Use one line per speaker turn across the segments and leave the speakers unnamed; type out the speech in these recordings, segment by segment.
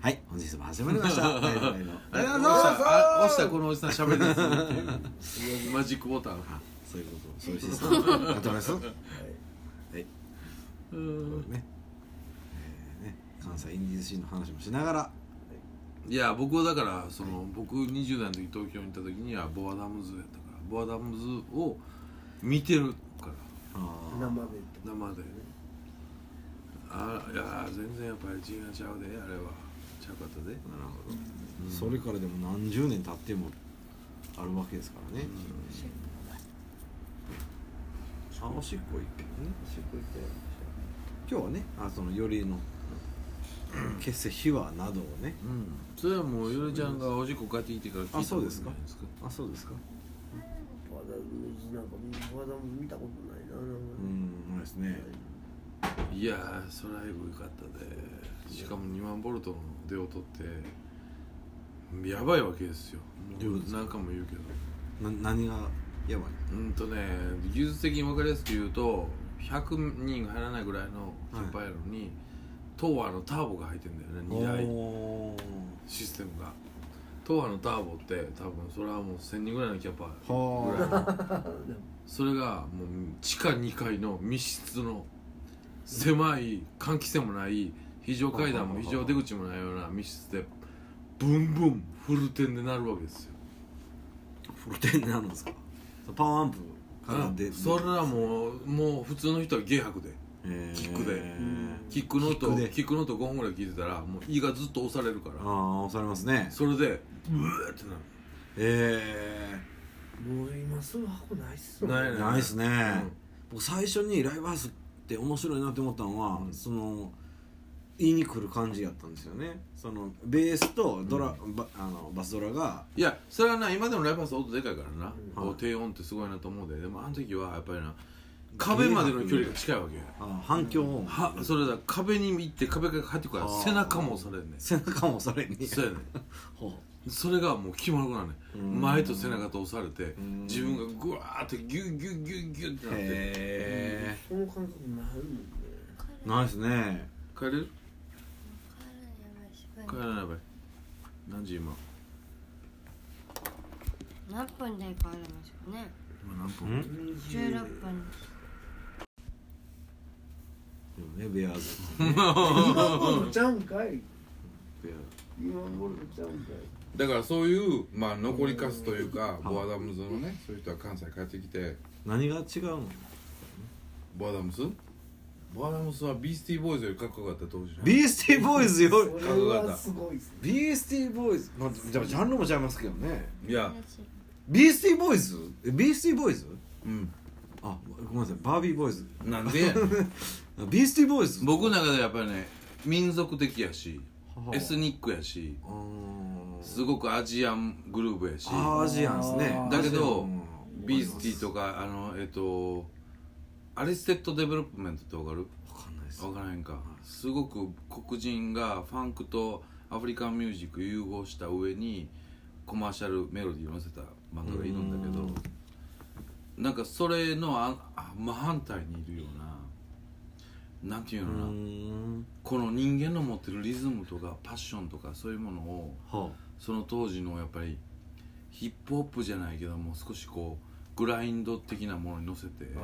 はい本日も始まりました 大の大の
あれ
あ
押
の
したあ押したらこのおじさん喋り出すっていうマジックボタン
あそういうことそういうシステムやってもらいますはい、はい、こうね,、えーね関西インディーズシーンの話もしながら
いや僕はだからその僕20代の時東京に行った時にはボアダムズやったからボアダムズを見てるから
あー
生でと
生であいや全然やっぱり違うちゃうであれはちゃうかったで
なるほど、それからでも何十年経ってもあるわけですからね、あおしっこいけどね
出国行って
今日はねあそのよ りの結成秘話などをね
うんそれはもうゆるちゃんがおしっこ帰ってきてから聞いたこ
あ
と
そうですか
ないか
あそうですか
まだなんかまだ見たことないななんか
うんないですね
いやーそれはエグかったでしかも2万ボルトの出を取ってやばいわけですよ
どういうことですか
何回も言うけど
な何がやばい
うんとね技術的に分かりやすく言うと100人が入らないぐらいの先輩やのに、トーアのターボが入ってんだよね2台
お
システムがトーアのターボって多分それはもう1000人ぐらいのキャパ
は
ぐらいの
でも
それがもう地下2階の密室の狭い換気扇もない非常階段も非常出口もないような密室でブンブンフルテンで鳴るわけですよ
ープロテインなんですかそうパワーアンプから出
うんそれはもうもう普通の人は芸白で
えー
キックで
うん
キックの
キッ
音
クで
キックの音5分ぐらい聞いてたらもう胃がずっと押されるか
あ
ら
あ押されますね
それでブーってなる
え
もう今すぐ箱ないっすもん
ない
え
ね
ー、ないですね、
ん
僕最初にライブハウスって面白いなって思ったのは、
うん
その言いに来る感じやったんですよねそのベースとドラ、バあのバスドラが
いやそれはな今でもライブハウス音でかいからな、
うん
こう低音ってすごいなと思うででもあの時はやっぱりな壁までの距離が近いわけよ
あ反響音
はそれだ壁に行って壁が入ってくから
あー
背中も押されんねん
背中もそれに
そうやね
ほ
んそれがもう決まるからね
うん
前と背中と押されて
うん
自分がグワーってギュッギュッギュッギュッって
う
なって
へ
その感覚ないもんね
えないですね
帰れる帰
帰
ら
る
ないばい何時今
何分で帰りましょうね
今何分
ん
16分
でもねベアーズ
今頃ちゃうんか
ベ
い
アーズ
今頃ちゃうんかい
だからそういう、まあ、残りかすというかボアダムズのねそういう人は関西帰ってきて
何が違うの
ボアダムズボアダムズはビースティーボーイズよりかっこよかった当時
ビースティーボーイズよ
そ
り
れはすごいっすね
ビースティーボーイズまあじゃあジャンルも違いますけどね
いや
ビースティーボーイズえビースティーボーイズ
うん
あごめんなさいバービーボーイズ
なんでやねん
ビースティーボーイズ
僕の中でやっぱりね民族的やし
はあ
エスニックやし
あー
すごくアジアングルーブやし
あーアジアンですね
だけど
うん
ビースティとかあのえっとアリステッドデベロップメントってわかる
わかんないです
わからへんかすごく黒人がファンクとアフリカンミュージック融合した上にコマーシャルメロディーを乗せた漫画がいるんだけどなんかそれのああ真反対にいるようななんていう
うー
のかな、
ん
この人間の持ってるリズムとかパッションとかそういうものを
は
その当時のやっぱりヒップホップじゃないけども少しこうグラインド的なものに乗せて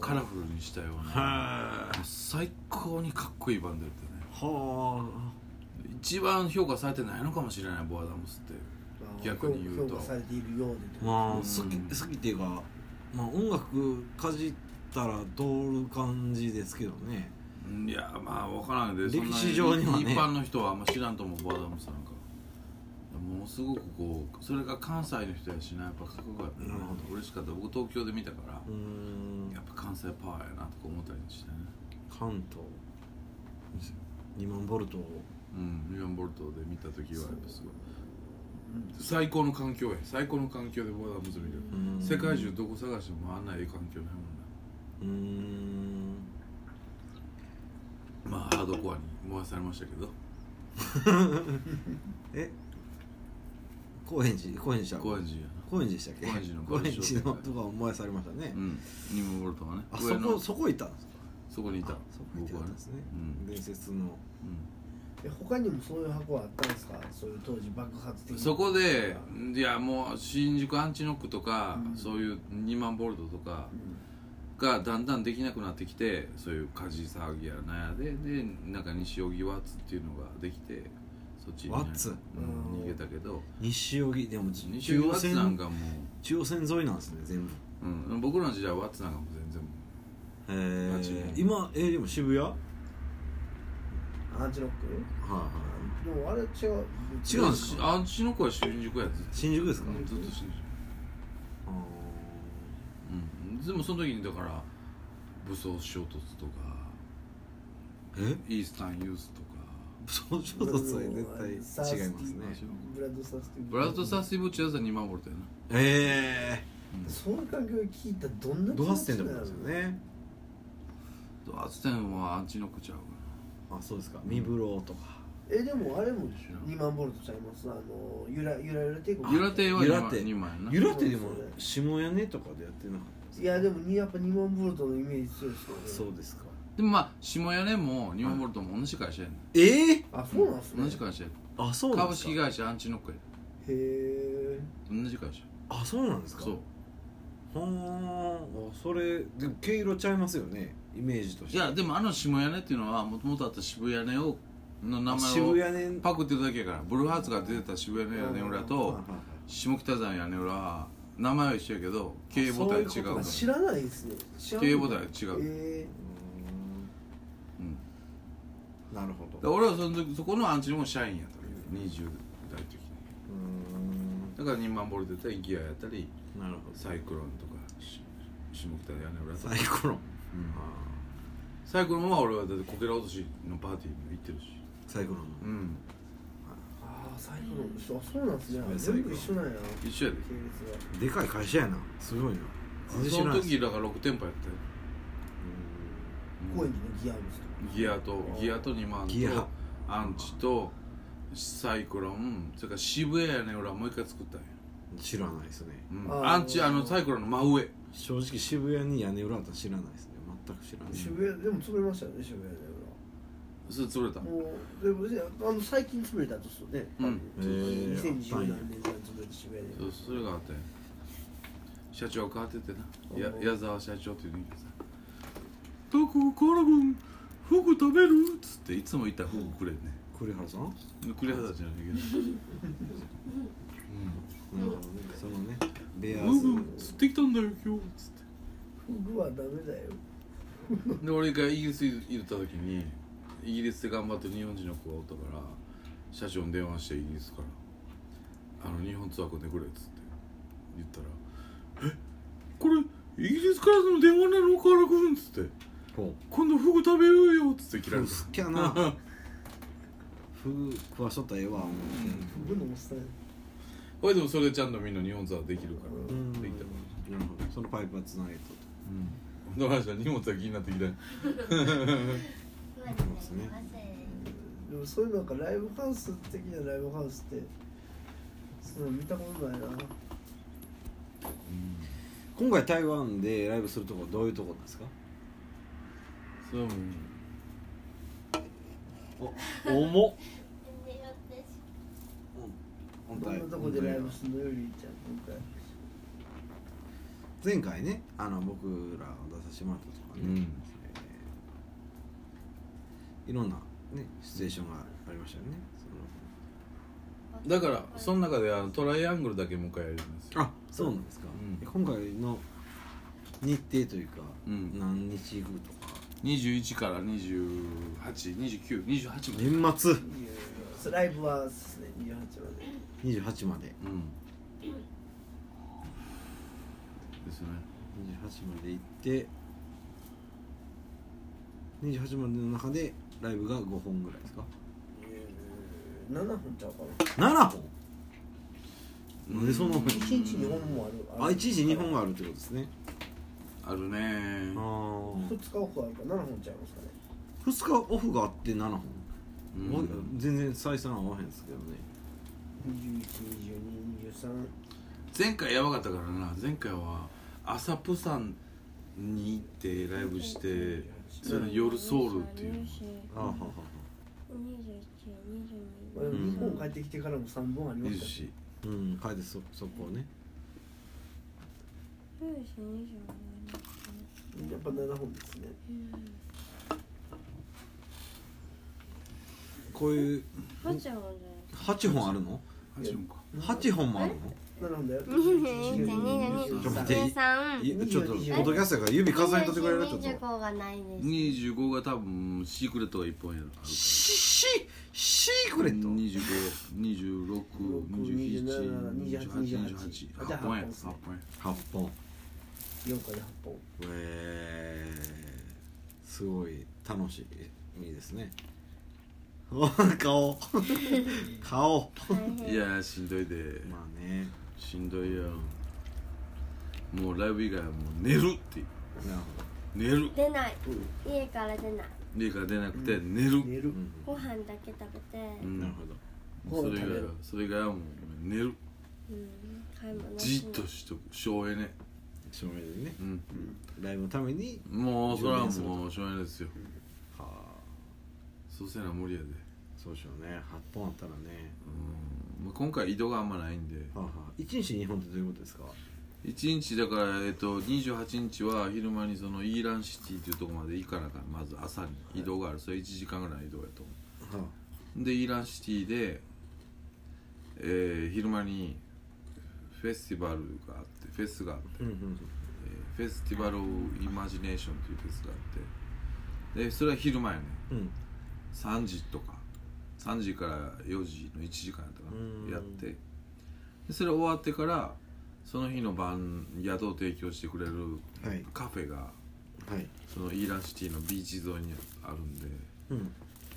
カラフルにしたよう
あ
な
は
もう最高にかっこいいバンドやってね
あは
一番評価されてないのかもしれないボアダムスって逆に言うと
評価されているようで
あまあ
うん
好き好きっていうかまあ音楽かじったら通る感じですけどね
いやまあ分からんで
歴史上にはね
そんな一般の人はあんま知らんと思うボアダムスなんかものすごくこうそれが関西の人やしなやっぱかっこよかった
なるほ
嬉しかった僕東京で見たから
うーん
やっぱ関西パワーやなとか思ったりしてね
関東2万ボルト
うんミランボルトで見た時はやっぱすごい最高の環境や最高の環境でボアダムス見てる
うん
世界中どこ探してもあんないい環境ないも
うーん
んなまあハードコアに燃やされましたけど
え高円寺高円寺じゃん
高円寺や
高円寺でしたっけ
高円寺の
高円寺の
高円寺
とか燃やされましたね、
なうんニムボルトはね
あそ
上の
こそこ行ったんですか
そこにいた
あそこ行ってた
僕は
ん
ね
ですね、
うん
伝説の
うん
え他にもそういう箱はあったんですかそういう当時爆発的な
そこでいやもう新宿アンチノックとか、
うん
そういう2万ボルトとか
うん
がだんだんできなくなってきてそういう火事騒ぎやなんやででなんか西荻ワッツっていうのができてそっちにね
ワッツ
うん逃げたけど
西荻でも
西
中
荻
央
ワッツなん
線
かも
中央線沿いなんですね全部
う、うん、僕らの時代はワッツなんかも全然
へ
もあっちも
え今えーでも渋谷はい
アンチロック
はい
でもあれ違う
違うんですか
あっちの子は新宿やずっと
新宿ですか
うんずっと新宿
あ
うんでもその時にだから武装衝突とか
ーえ
イースタンユースとか
そうちょっとそれ絶対違いますね
ブラッドサスティ
ブラッド・サスティブ・チュアザ2万ボルトやな
え
その環境で聞いたらどん
えー、
な
ドハステンでもなんですよね
ドアツテンはアンチノックちゃうか
あそうですかミブロとか
えでもあれも2万ボルトちゃいますあのゆらゆらゆら帝
な
国
ユラテは
ユ
2
ラ
万
テ
2万や
ゆ
な
らってでも下屋根とかでやってなかったですか
いやでもにやっぱ2万ボルトのイメージ強いですよね
そうですか
でもまあ下屋根も2万ボルトも同じ会社やね
ええ
あそうなんすね
同じ会社や
あそうなん
株
ですか
式会社アンチノックや
へえ
同じ会社
あそうなんですか
そう
はーあそれでも毛色ちゃいますよねイメージとし
い
てい
やでもあの下屋根っていうのはもともとあった渋谷根をの名
渋
前を
谷ね
パクってるだけやからブルーハーツが出てた渋谷の屋根裏と
はいはいはい
下北沢の屋根裏は名前は一緒やけど経営母体違う
そういうこと
か
な
ら
ん
知らないですね
経営母体は違う、
え
う
うん
ーんなるほ
だか
どう
ら俺はその時そこのアンチにも社員やったわけで20代の時に
ーん
だから2万ボルトやったりギアやったり
なるほど
サイクロンとかし下北の屋根裏とか
サイコロ
うん
あ
サイクロンは俺はだってこけら落としのパーティーも行ってるし
ーサイコロ
うん
ああ最後の一緒あそうなんすね
そう
全部一緒なんや系
一緒やで
列が
でかい会社やなすごいな全然知
そ
ら
の
ないです
時だから6店舗やったよ
高円寺のギアウスとか
ギアとギアと2万
ギア
とアンチとサイクロンそれから渋谷やね俺はもう一回作ったんや、
うん知らないですね
うん
あー
アンチあのサイクロンの真上
正直渋谷に屋根裏だったら知らないですね全く知らない
渋谷でも潰れましたよね渋谷で
それ潰れた
もうでもねあの最近潰れたとすよね
うん
多分
へー
2010何年から潰れて渋谷で
そうそれがあって社長変わっててなや
おー
矢沢社長っていうのにさ「どこからもフグ食べる?」っつっていつも言ったらフグくれんね
栗原さんな
栗原じゃないけ
るほどねそのねベア
ど「
ーズ
フグ釣ってきたんだよ今日」っつって
フグはダメだよ
で俺がイギリスに行った時にイギリスで頑張ってる日本人の子がおったから社長に電話してイギリスから「あの日本ツアー組んでくれ」っつって言ったら「えこれイギリスからの電話なの河原君」っつって
ほう
「今度フグ食べようよ」っつって切ら
フ
れ
グ
た
好きやなフグ食わしとったらええわ思
フグのおっさん
ほいでもそれでちゃんとみんな日本ツアーできるから
う
で
ん
き
なる
たから
ほどそのパイプはつなげとと
うんどうした荷物が気になってきた
そうですね
でもそういうなんかライブハウス的なライブハウスってその見たことないな
今回台湾でライブするとこはどういうとこなんですか
そうも
お
う
重っ本
どん
体
なとこでライブするのよりちゃん今回
前回ねあの僕らを出させてもらったとかね、
うん
えーいろんなねシチュエーションがありましたよね
だからその中であのトライアングルだけもう一回やります
そ
よ
のあそうなんですか、
うん
え今回の日程というか、
うん
何日行くとか
21から282928ま
年
で
末
いやいやそうライブはですね28まで
28まで
うんですね
28まで行って28までの中でライブが5本ぐらいですか
えー7分ちゃうか
7本なんでそんな
う
多
ん
い
な1日2本もある
あ1時2本があるってことですね
ある
あ
ね
2
ー
日オフあるから7本ちゃいますかね
2日オフがあって7本、
うん
わ全然採算合わへんですけどね
212223
前回やばかったからな前回は朝プサンに行ってライブしてそれの夜ソウルっていう
あははは
う
まあ、日本帰ってきてからも3本ありま
二
し
十
たし、
四
うん帰ってそそこをね
やっぱ7本ですね
こういう
はちゃんはね
8本あるの
八本か
8本もあるの
7本だよ
い
2223
やちょっとポッドキャストやから指数えとってくれるちょっと
25がないです
二十五が多分シークレットが一本やるあるから
シシークレット
二十五、二十六、二十七、二十八、二十八、八本や、八本や。
8本
4回で8本
えー、すごい楽しいいいです ねお 顔顔
いやーしんどいで、
まあね
しんどいよ。もうライブ以外はもう寝るって、
なる
寝る。
出ない家から出ない
家から出なくて寝る。
寝る
ほど、うん
ご飯だけ食べて
うん
なるほど
それ以外は、それ以外はもう寝る。
うん買い物
じっとしとく、省エネ。
照明でね
うん。
ライブのために
もうそれはもう省エネですよ。
はあ
そうせな無理やで。
そうでしょうね8本あったらね
うん。まあ今回移動があんまないんで。
はあ、はあ、1日2本ってどういうことですか
1日だから、えっと、28日は昼間にそのイーランシティっていうところまで行かなあかんまず朝に移動がある、それ1時間ぐらいの移動やと思
はあ
うでイーランシティで、えー昼間にフェスティバルがあってフェスがあって、
うんうん
えーフェスティバル・オブ・イマジネーションというフェスがあってでそれは昼間やね
うん
3時とか3時から4時の1時間やったか
うん
なやってでそれ終わってからその日の晩宿を提供してくれる
はい
カフェが
はい
そのイーランシティのビーチ沿いにあるんで
うん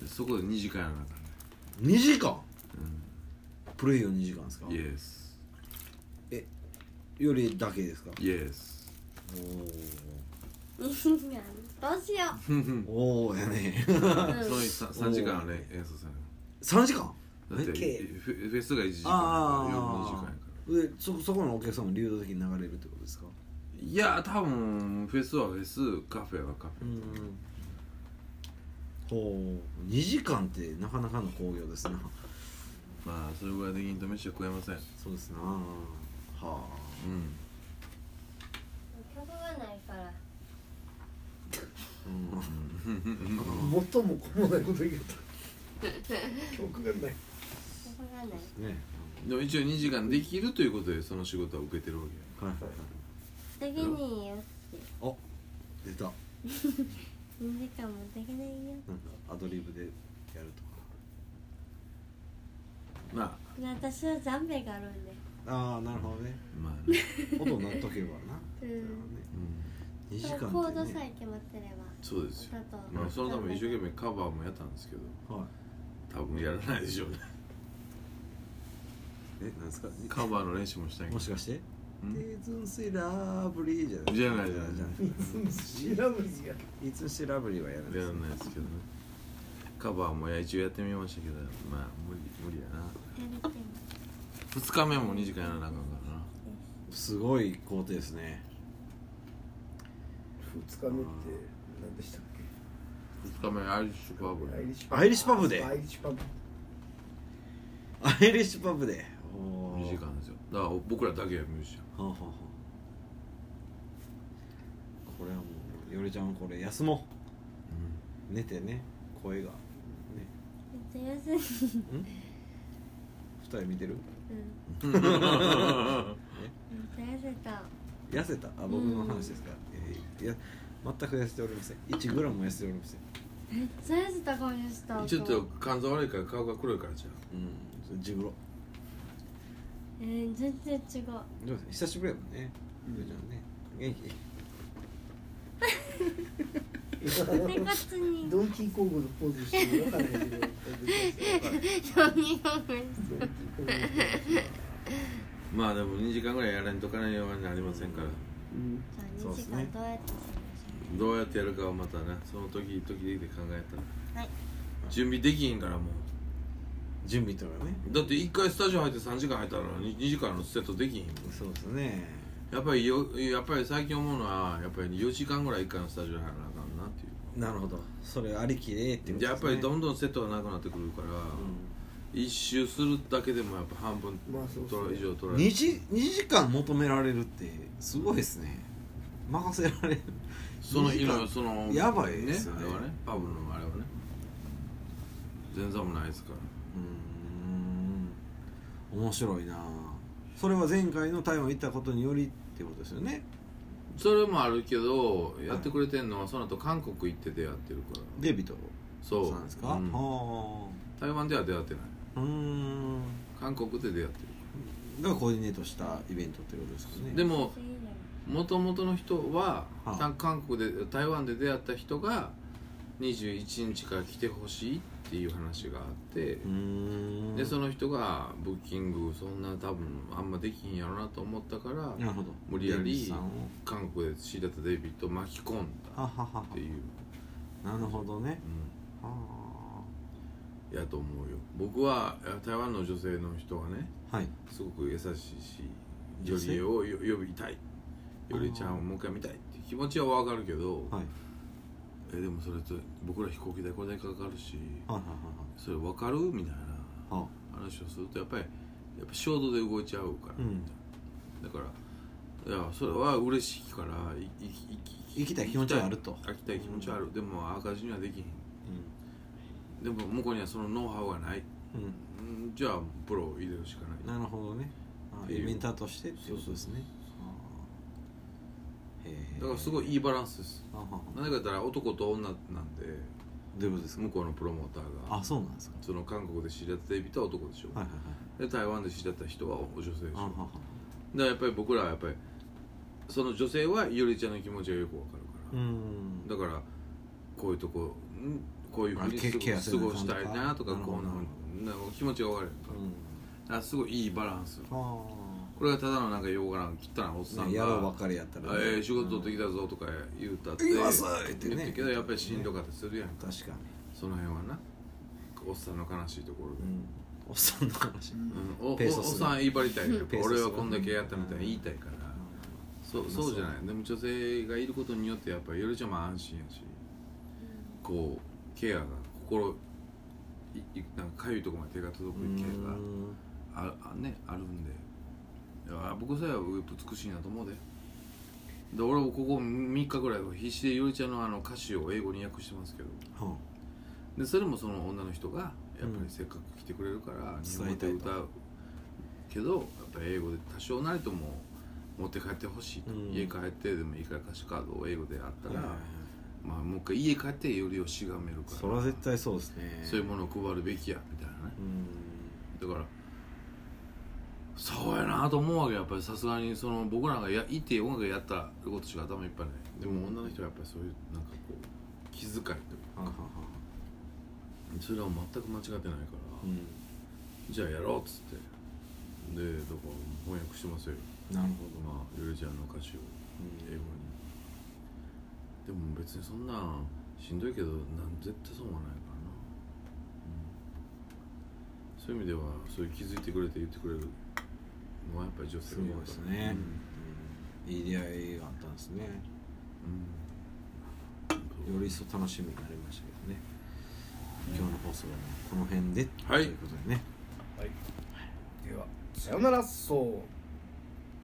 でそこで2時間やらなあかんね
2時間プレイを2時間ですか
イエス
よりだけですか
イエス
どうしよ
おーおおや ね
その日3時間あれ演奏せな
3時間
だって
え
フェフェスが1時間や
あ
から
ー
夜2時間やから
でそそこのお客さんも流動的に流れるってことですか
いや多分フェスはフェスカフェはカフ
う
ェ、
んほう2時間ってなかなかの興行ですな
まあそれぐらいで銀と飯は食えません
そうですなは
うん
う曲がないから
あ、うん、
元も子もないこと言うた曲がない
曲がない
ね
でも一応2時間できるということでその仕事は受けてるわけや
はいはいはい
できないよ
出た
2時間もできないよ
なんかアドリブでやるとか
まあ
私はザンベがあるんで
ああなるほどね
まあ ね、
音鳴っとけばな、そ
うん
れはね
うん、
2時間って、ね、
コードさえ決まってれば
そうですよ
歌と
まあそのために一生懸命カバーもやったんですけど
はい
多分やらないで しょうね
えなんですか
カバーの練習もしたいけ
も
ど
しかして「
ん
テーズンシラブリー」じゃない
じゃないじゃない
じゃない
知らんすが
いつシラブリーはやらないで
や
す
らないですけどねカバーも一応やってみましたけどまあ無理無理やな
やるけど
2日目も2時間やらなあかんからな
すごい工程ですね
2日目って何でしたっ
2日目アイリッシュパブ
けアイリッシュ
アイリッシュパブで
アイリッシュパブ
アイリッシュパブでおー
2時間ですよだから僕らだけやミュージシャ
は
ン
あはあはあこれはもうよりちゃんこれ休もう寝てね声がね
夏休み
二人見てる
うん 夏休みと
痩せたあ僕の話ですか、えーいや全く痩せておりません1グラムも痩せておりません
めっちゃ痩せた感じした
ちょっと肝臓悪いから顔が黒いからじゃ
うんそれジグロ
えー、全然 違う
どうです久しぶりやもんね
うん
よりちゃんね元気
生活に
ドンキーコングのポーズしてるわかんないけど
何を見
ドンキーコングのポーズ
あまあでも2時間ぐらいやらんとかないようになりませんから
うん
そう
2
っ
時
すね
間どうやって過
どうやってやるかはまたねその時々で考えたら
ごしましょうはい
準備できひんからもう
準備とかね
だって1回スタジオ入って3時間入ったら 2, 時間のセットできひんもん
そうですね
やっぱりよやっぱり最近思うのはやっぱり4時間ぐらい1回のスタジオ入らなあかんなっていう
なるほどそれありきでってことです、ね、
じゃあやっぱりど
うん
んどんセットがなくなってくるから、一周するだけでもやっぱ半分
まあそう
と
そう
ら以上取られ
2
る
時二時間求められるってすごいですね任せられる
その日
二時
の
間
その
やばいですよね
あれはねパブのあれはね全然もないですから
うーん面白いなそれは前回の台湾行ったことによりってことですよね
それもあるけどやってくれてんのはその後韓国行って出会ってるから
デビと
そう
なんですか、
うん
は
台湾では出会ってない
あうーん
韓国で出会って
がコーディネートしたイベントってことですかね
るでも元々の人は、
はあ
た韓国で台湾で出会った人が21日から来てほしいっていう話があって、
うーん
でその人がブッキングそんな多分あんまできひんやろなと思ったから
なるほど
無理やり
デビさんを
韓国で知り合ったデイビッドを巻き込んだ
はははは
っていう、
なるほどねは
うん、やと思うよ僕は台湾の女性の人はね
あはい
すごく優しいし
女
よ
性
りをよ呼びたいよりちゃんをもう一回見たいって気持ちはわかるけど、
はい
えでもそれと僕ら飛行機代これだけかかるし
はいはい
それわかるみたいな
はいはいは
話をするとやっぱりやっぱ衝動で動いちゃうから、
うん
だからいやそれは嬉しいからいいいい
行きたい気持ちはあると
行きたい気持ちはある、でも赤字にはできへ
あ
んでも向こうにはそのノウハウがない
うん、うん
うんじゃあプロを入れるしかない
なるほどねあ
って
イ
いう
ベンターとしてっていうことですねあーへえ
だからすごいいいバランスです
あはは
なぜかと言ったら男と女なんで
どういうことですか
向こうのプロモーターが
あそうなんですか
その韓国で知り合ったデビットは男でしょ、
はいはいはい
で台湾で知り合った人は女性でしょ
あははは
だからやっぱり僕らはやっぱりその女性はゆりちゃんの気持ちがよくわかる
うー
から、
ん
だからこういうとこんこういうふうに
あケ
過
ケアする
ご過ごしたいなとか
なるほど
こうななんか気持ちがわかる
うん
からあすごいいいバランス
あ
これがただのなんかようからん汚いおっさ
あ
ん
ねやろうば
が
っかりやったら
あ
ね
えー仕事取ってきたぞとか言うたって
言いますってね
言ったけどやっぱりしんどかったりするやん
うん確かに
その辺はなおっさんの悲しいところで
う、んおっさんの話
うん、おおお
ペ
っ
ーソスが
さん言い張りたいやっぱ
ペーソスが
俺はこんだけやったみたいに言いたいから、そうそうじゃないでも女性がいることによってやっぱりよりちゃんも安心やしこうケアが心いいなんかかゆいとこまで手が届
う
くケア
ん
がああ,、ね、あるんでいや僕さえは美しいなと思うでで俺もここ3日ぐらいは必死でよりちゃんのあの歌詞を英語に訳してますけど
は
でそれもその女の人がやっぱりせっかく来てくれるから日本語で
伝えた
歌
いう
けどやっぱ英語で多少なりとも持って帰ってほしいと、
うん
家帰ってでもいいから歌詞カードを英語であった
あ
ら、まあ、もう一回家帰ってよりをしがめるから
それは絶対そうですね
そういうものを配るべきやみたいなね
うん
だからそうやなと思うわけやっぱりさすがにその僕らがやいて音楽やったことしか頭いっぱいないでも女の人はやっぱりそういうなんかこう気遣いというか
ははは
それは全く間違ってないから、
うん
じゃあやろうっつってでだから翻訳してますよ
なるほど
まあゆりちゃんの歌詞を
うん
英語にでも別にそんなんしんどいけどなん絶対そうはないからな、うんそういう意味ではそういう気づいてくれて言ってくれるのはやっぱり女性
す
が
ごい
いるから
ですね、うんいい出会いがあったんですね
うん
より一層楽しみになりましたけどね今日の放送はこの辺で、
はい
ということでね
ではさよならそう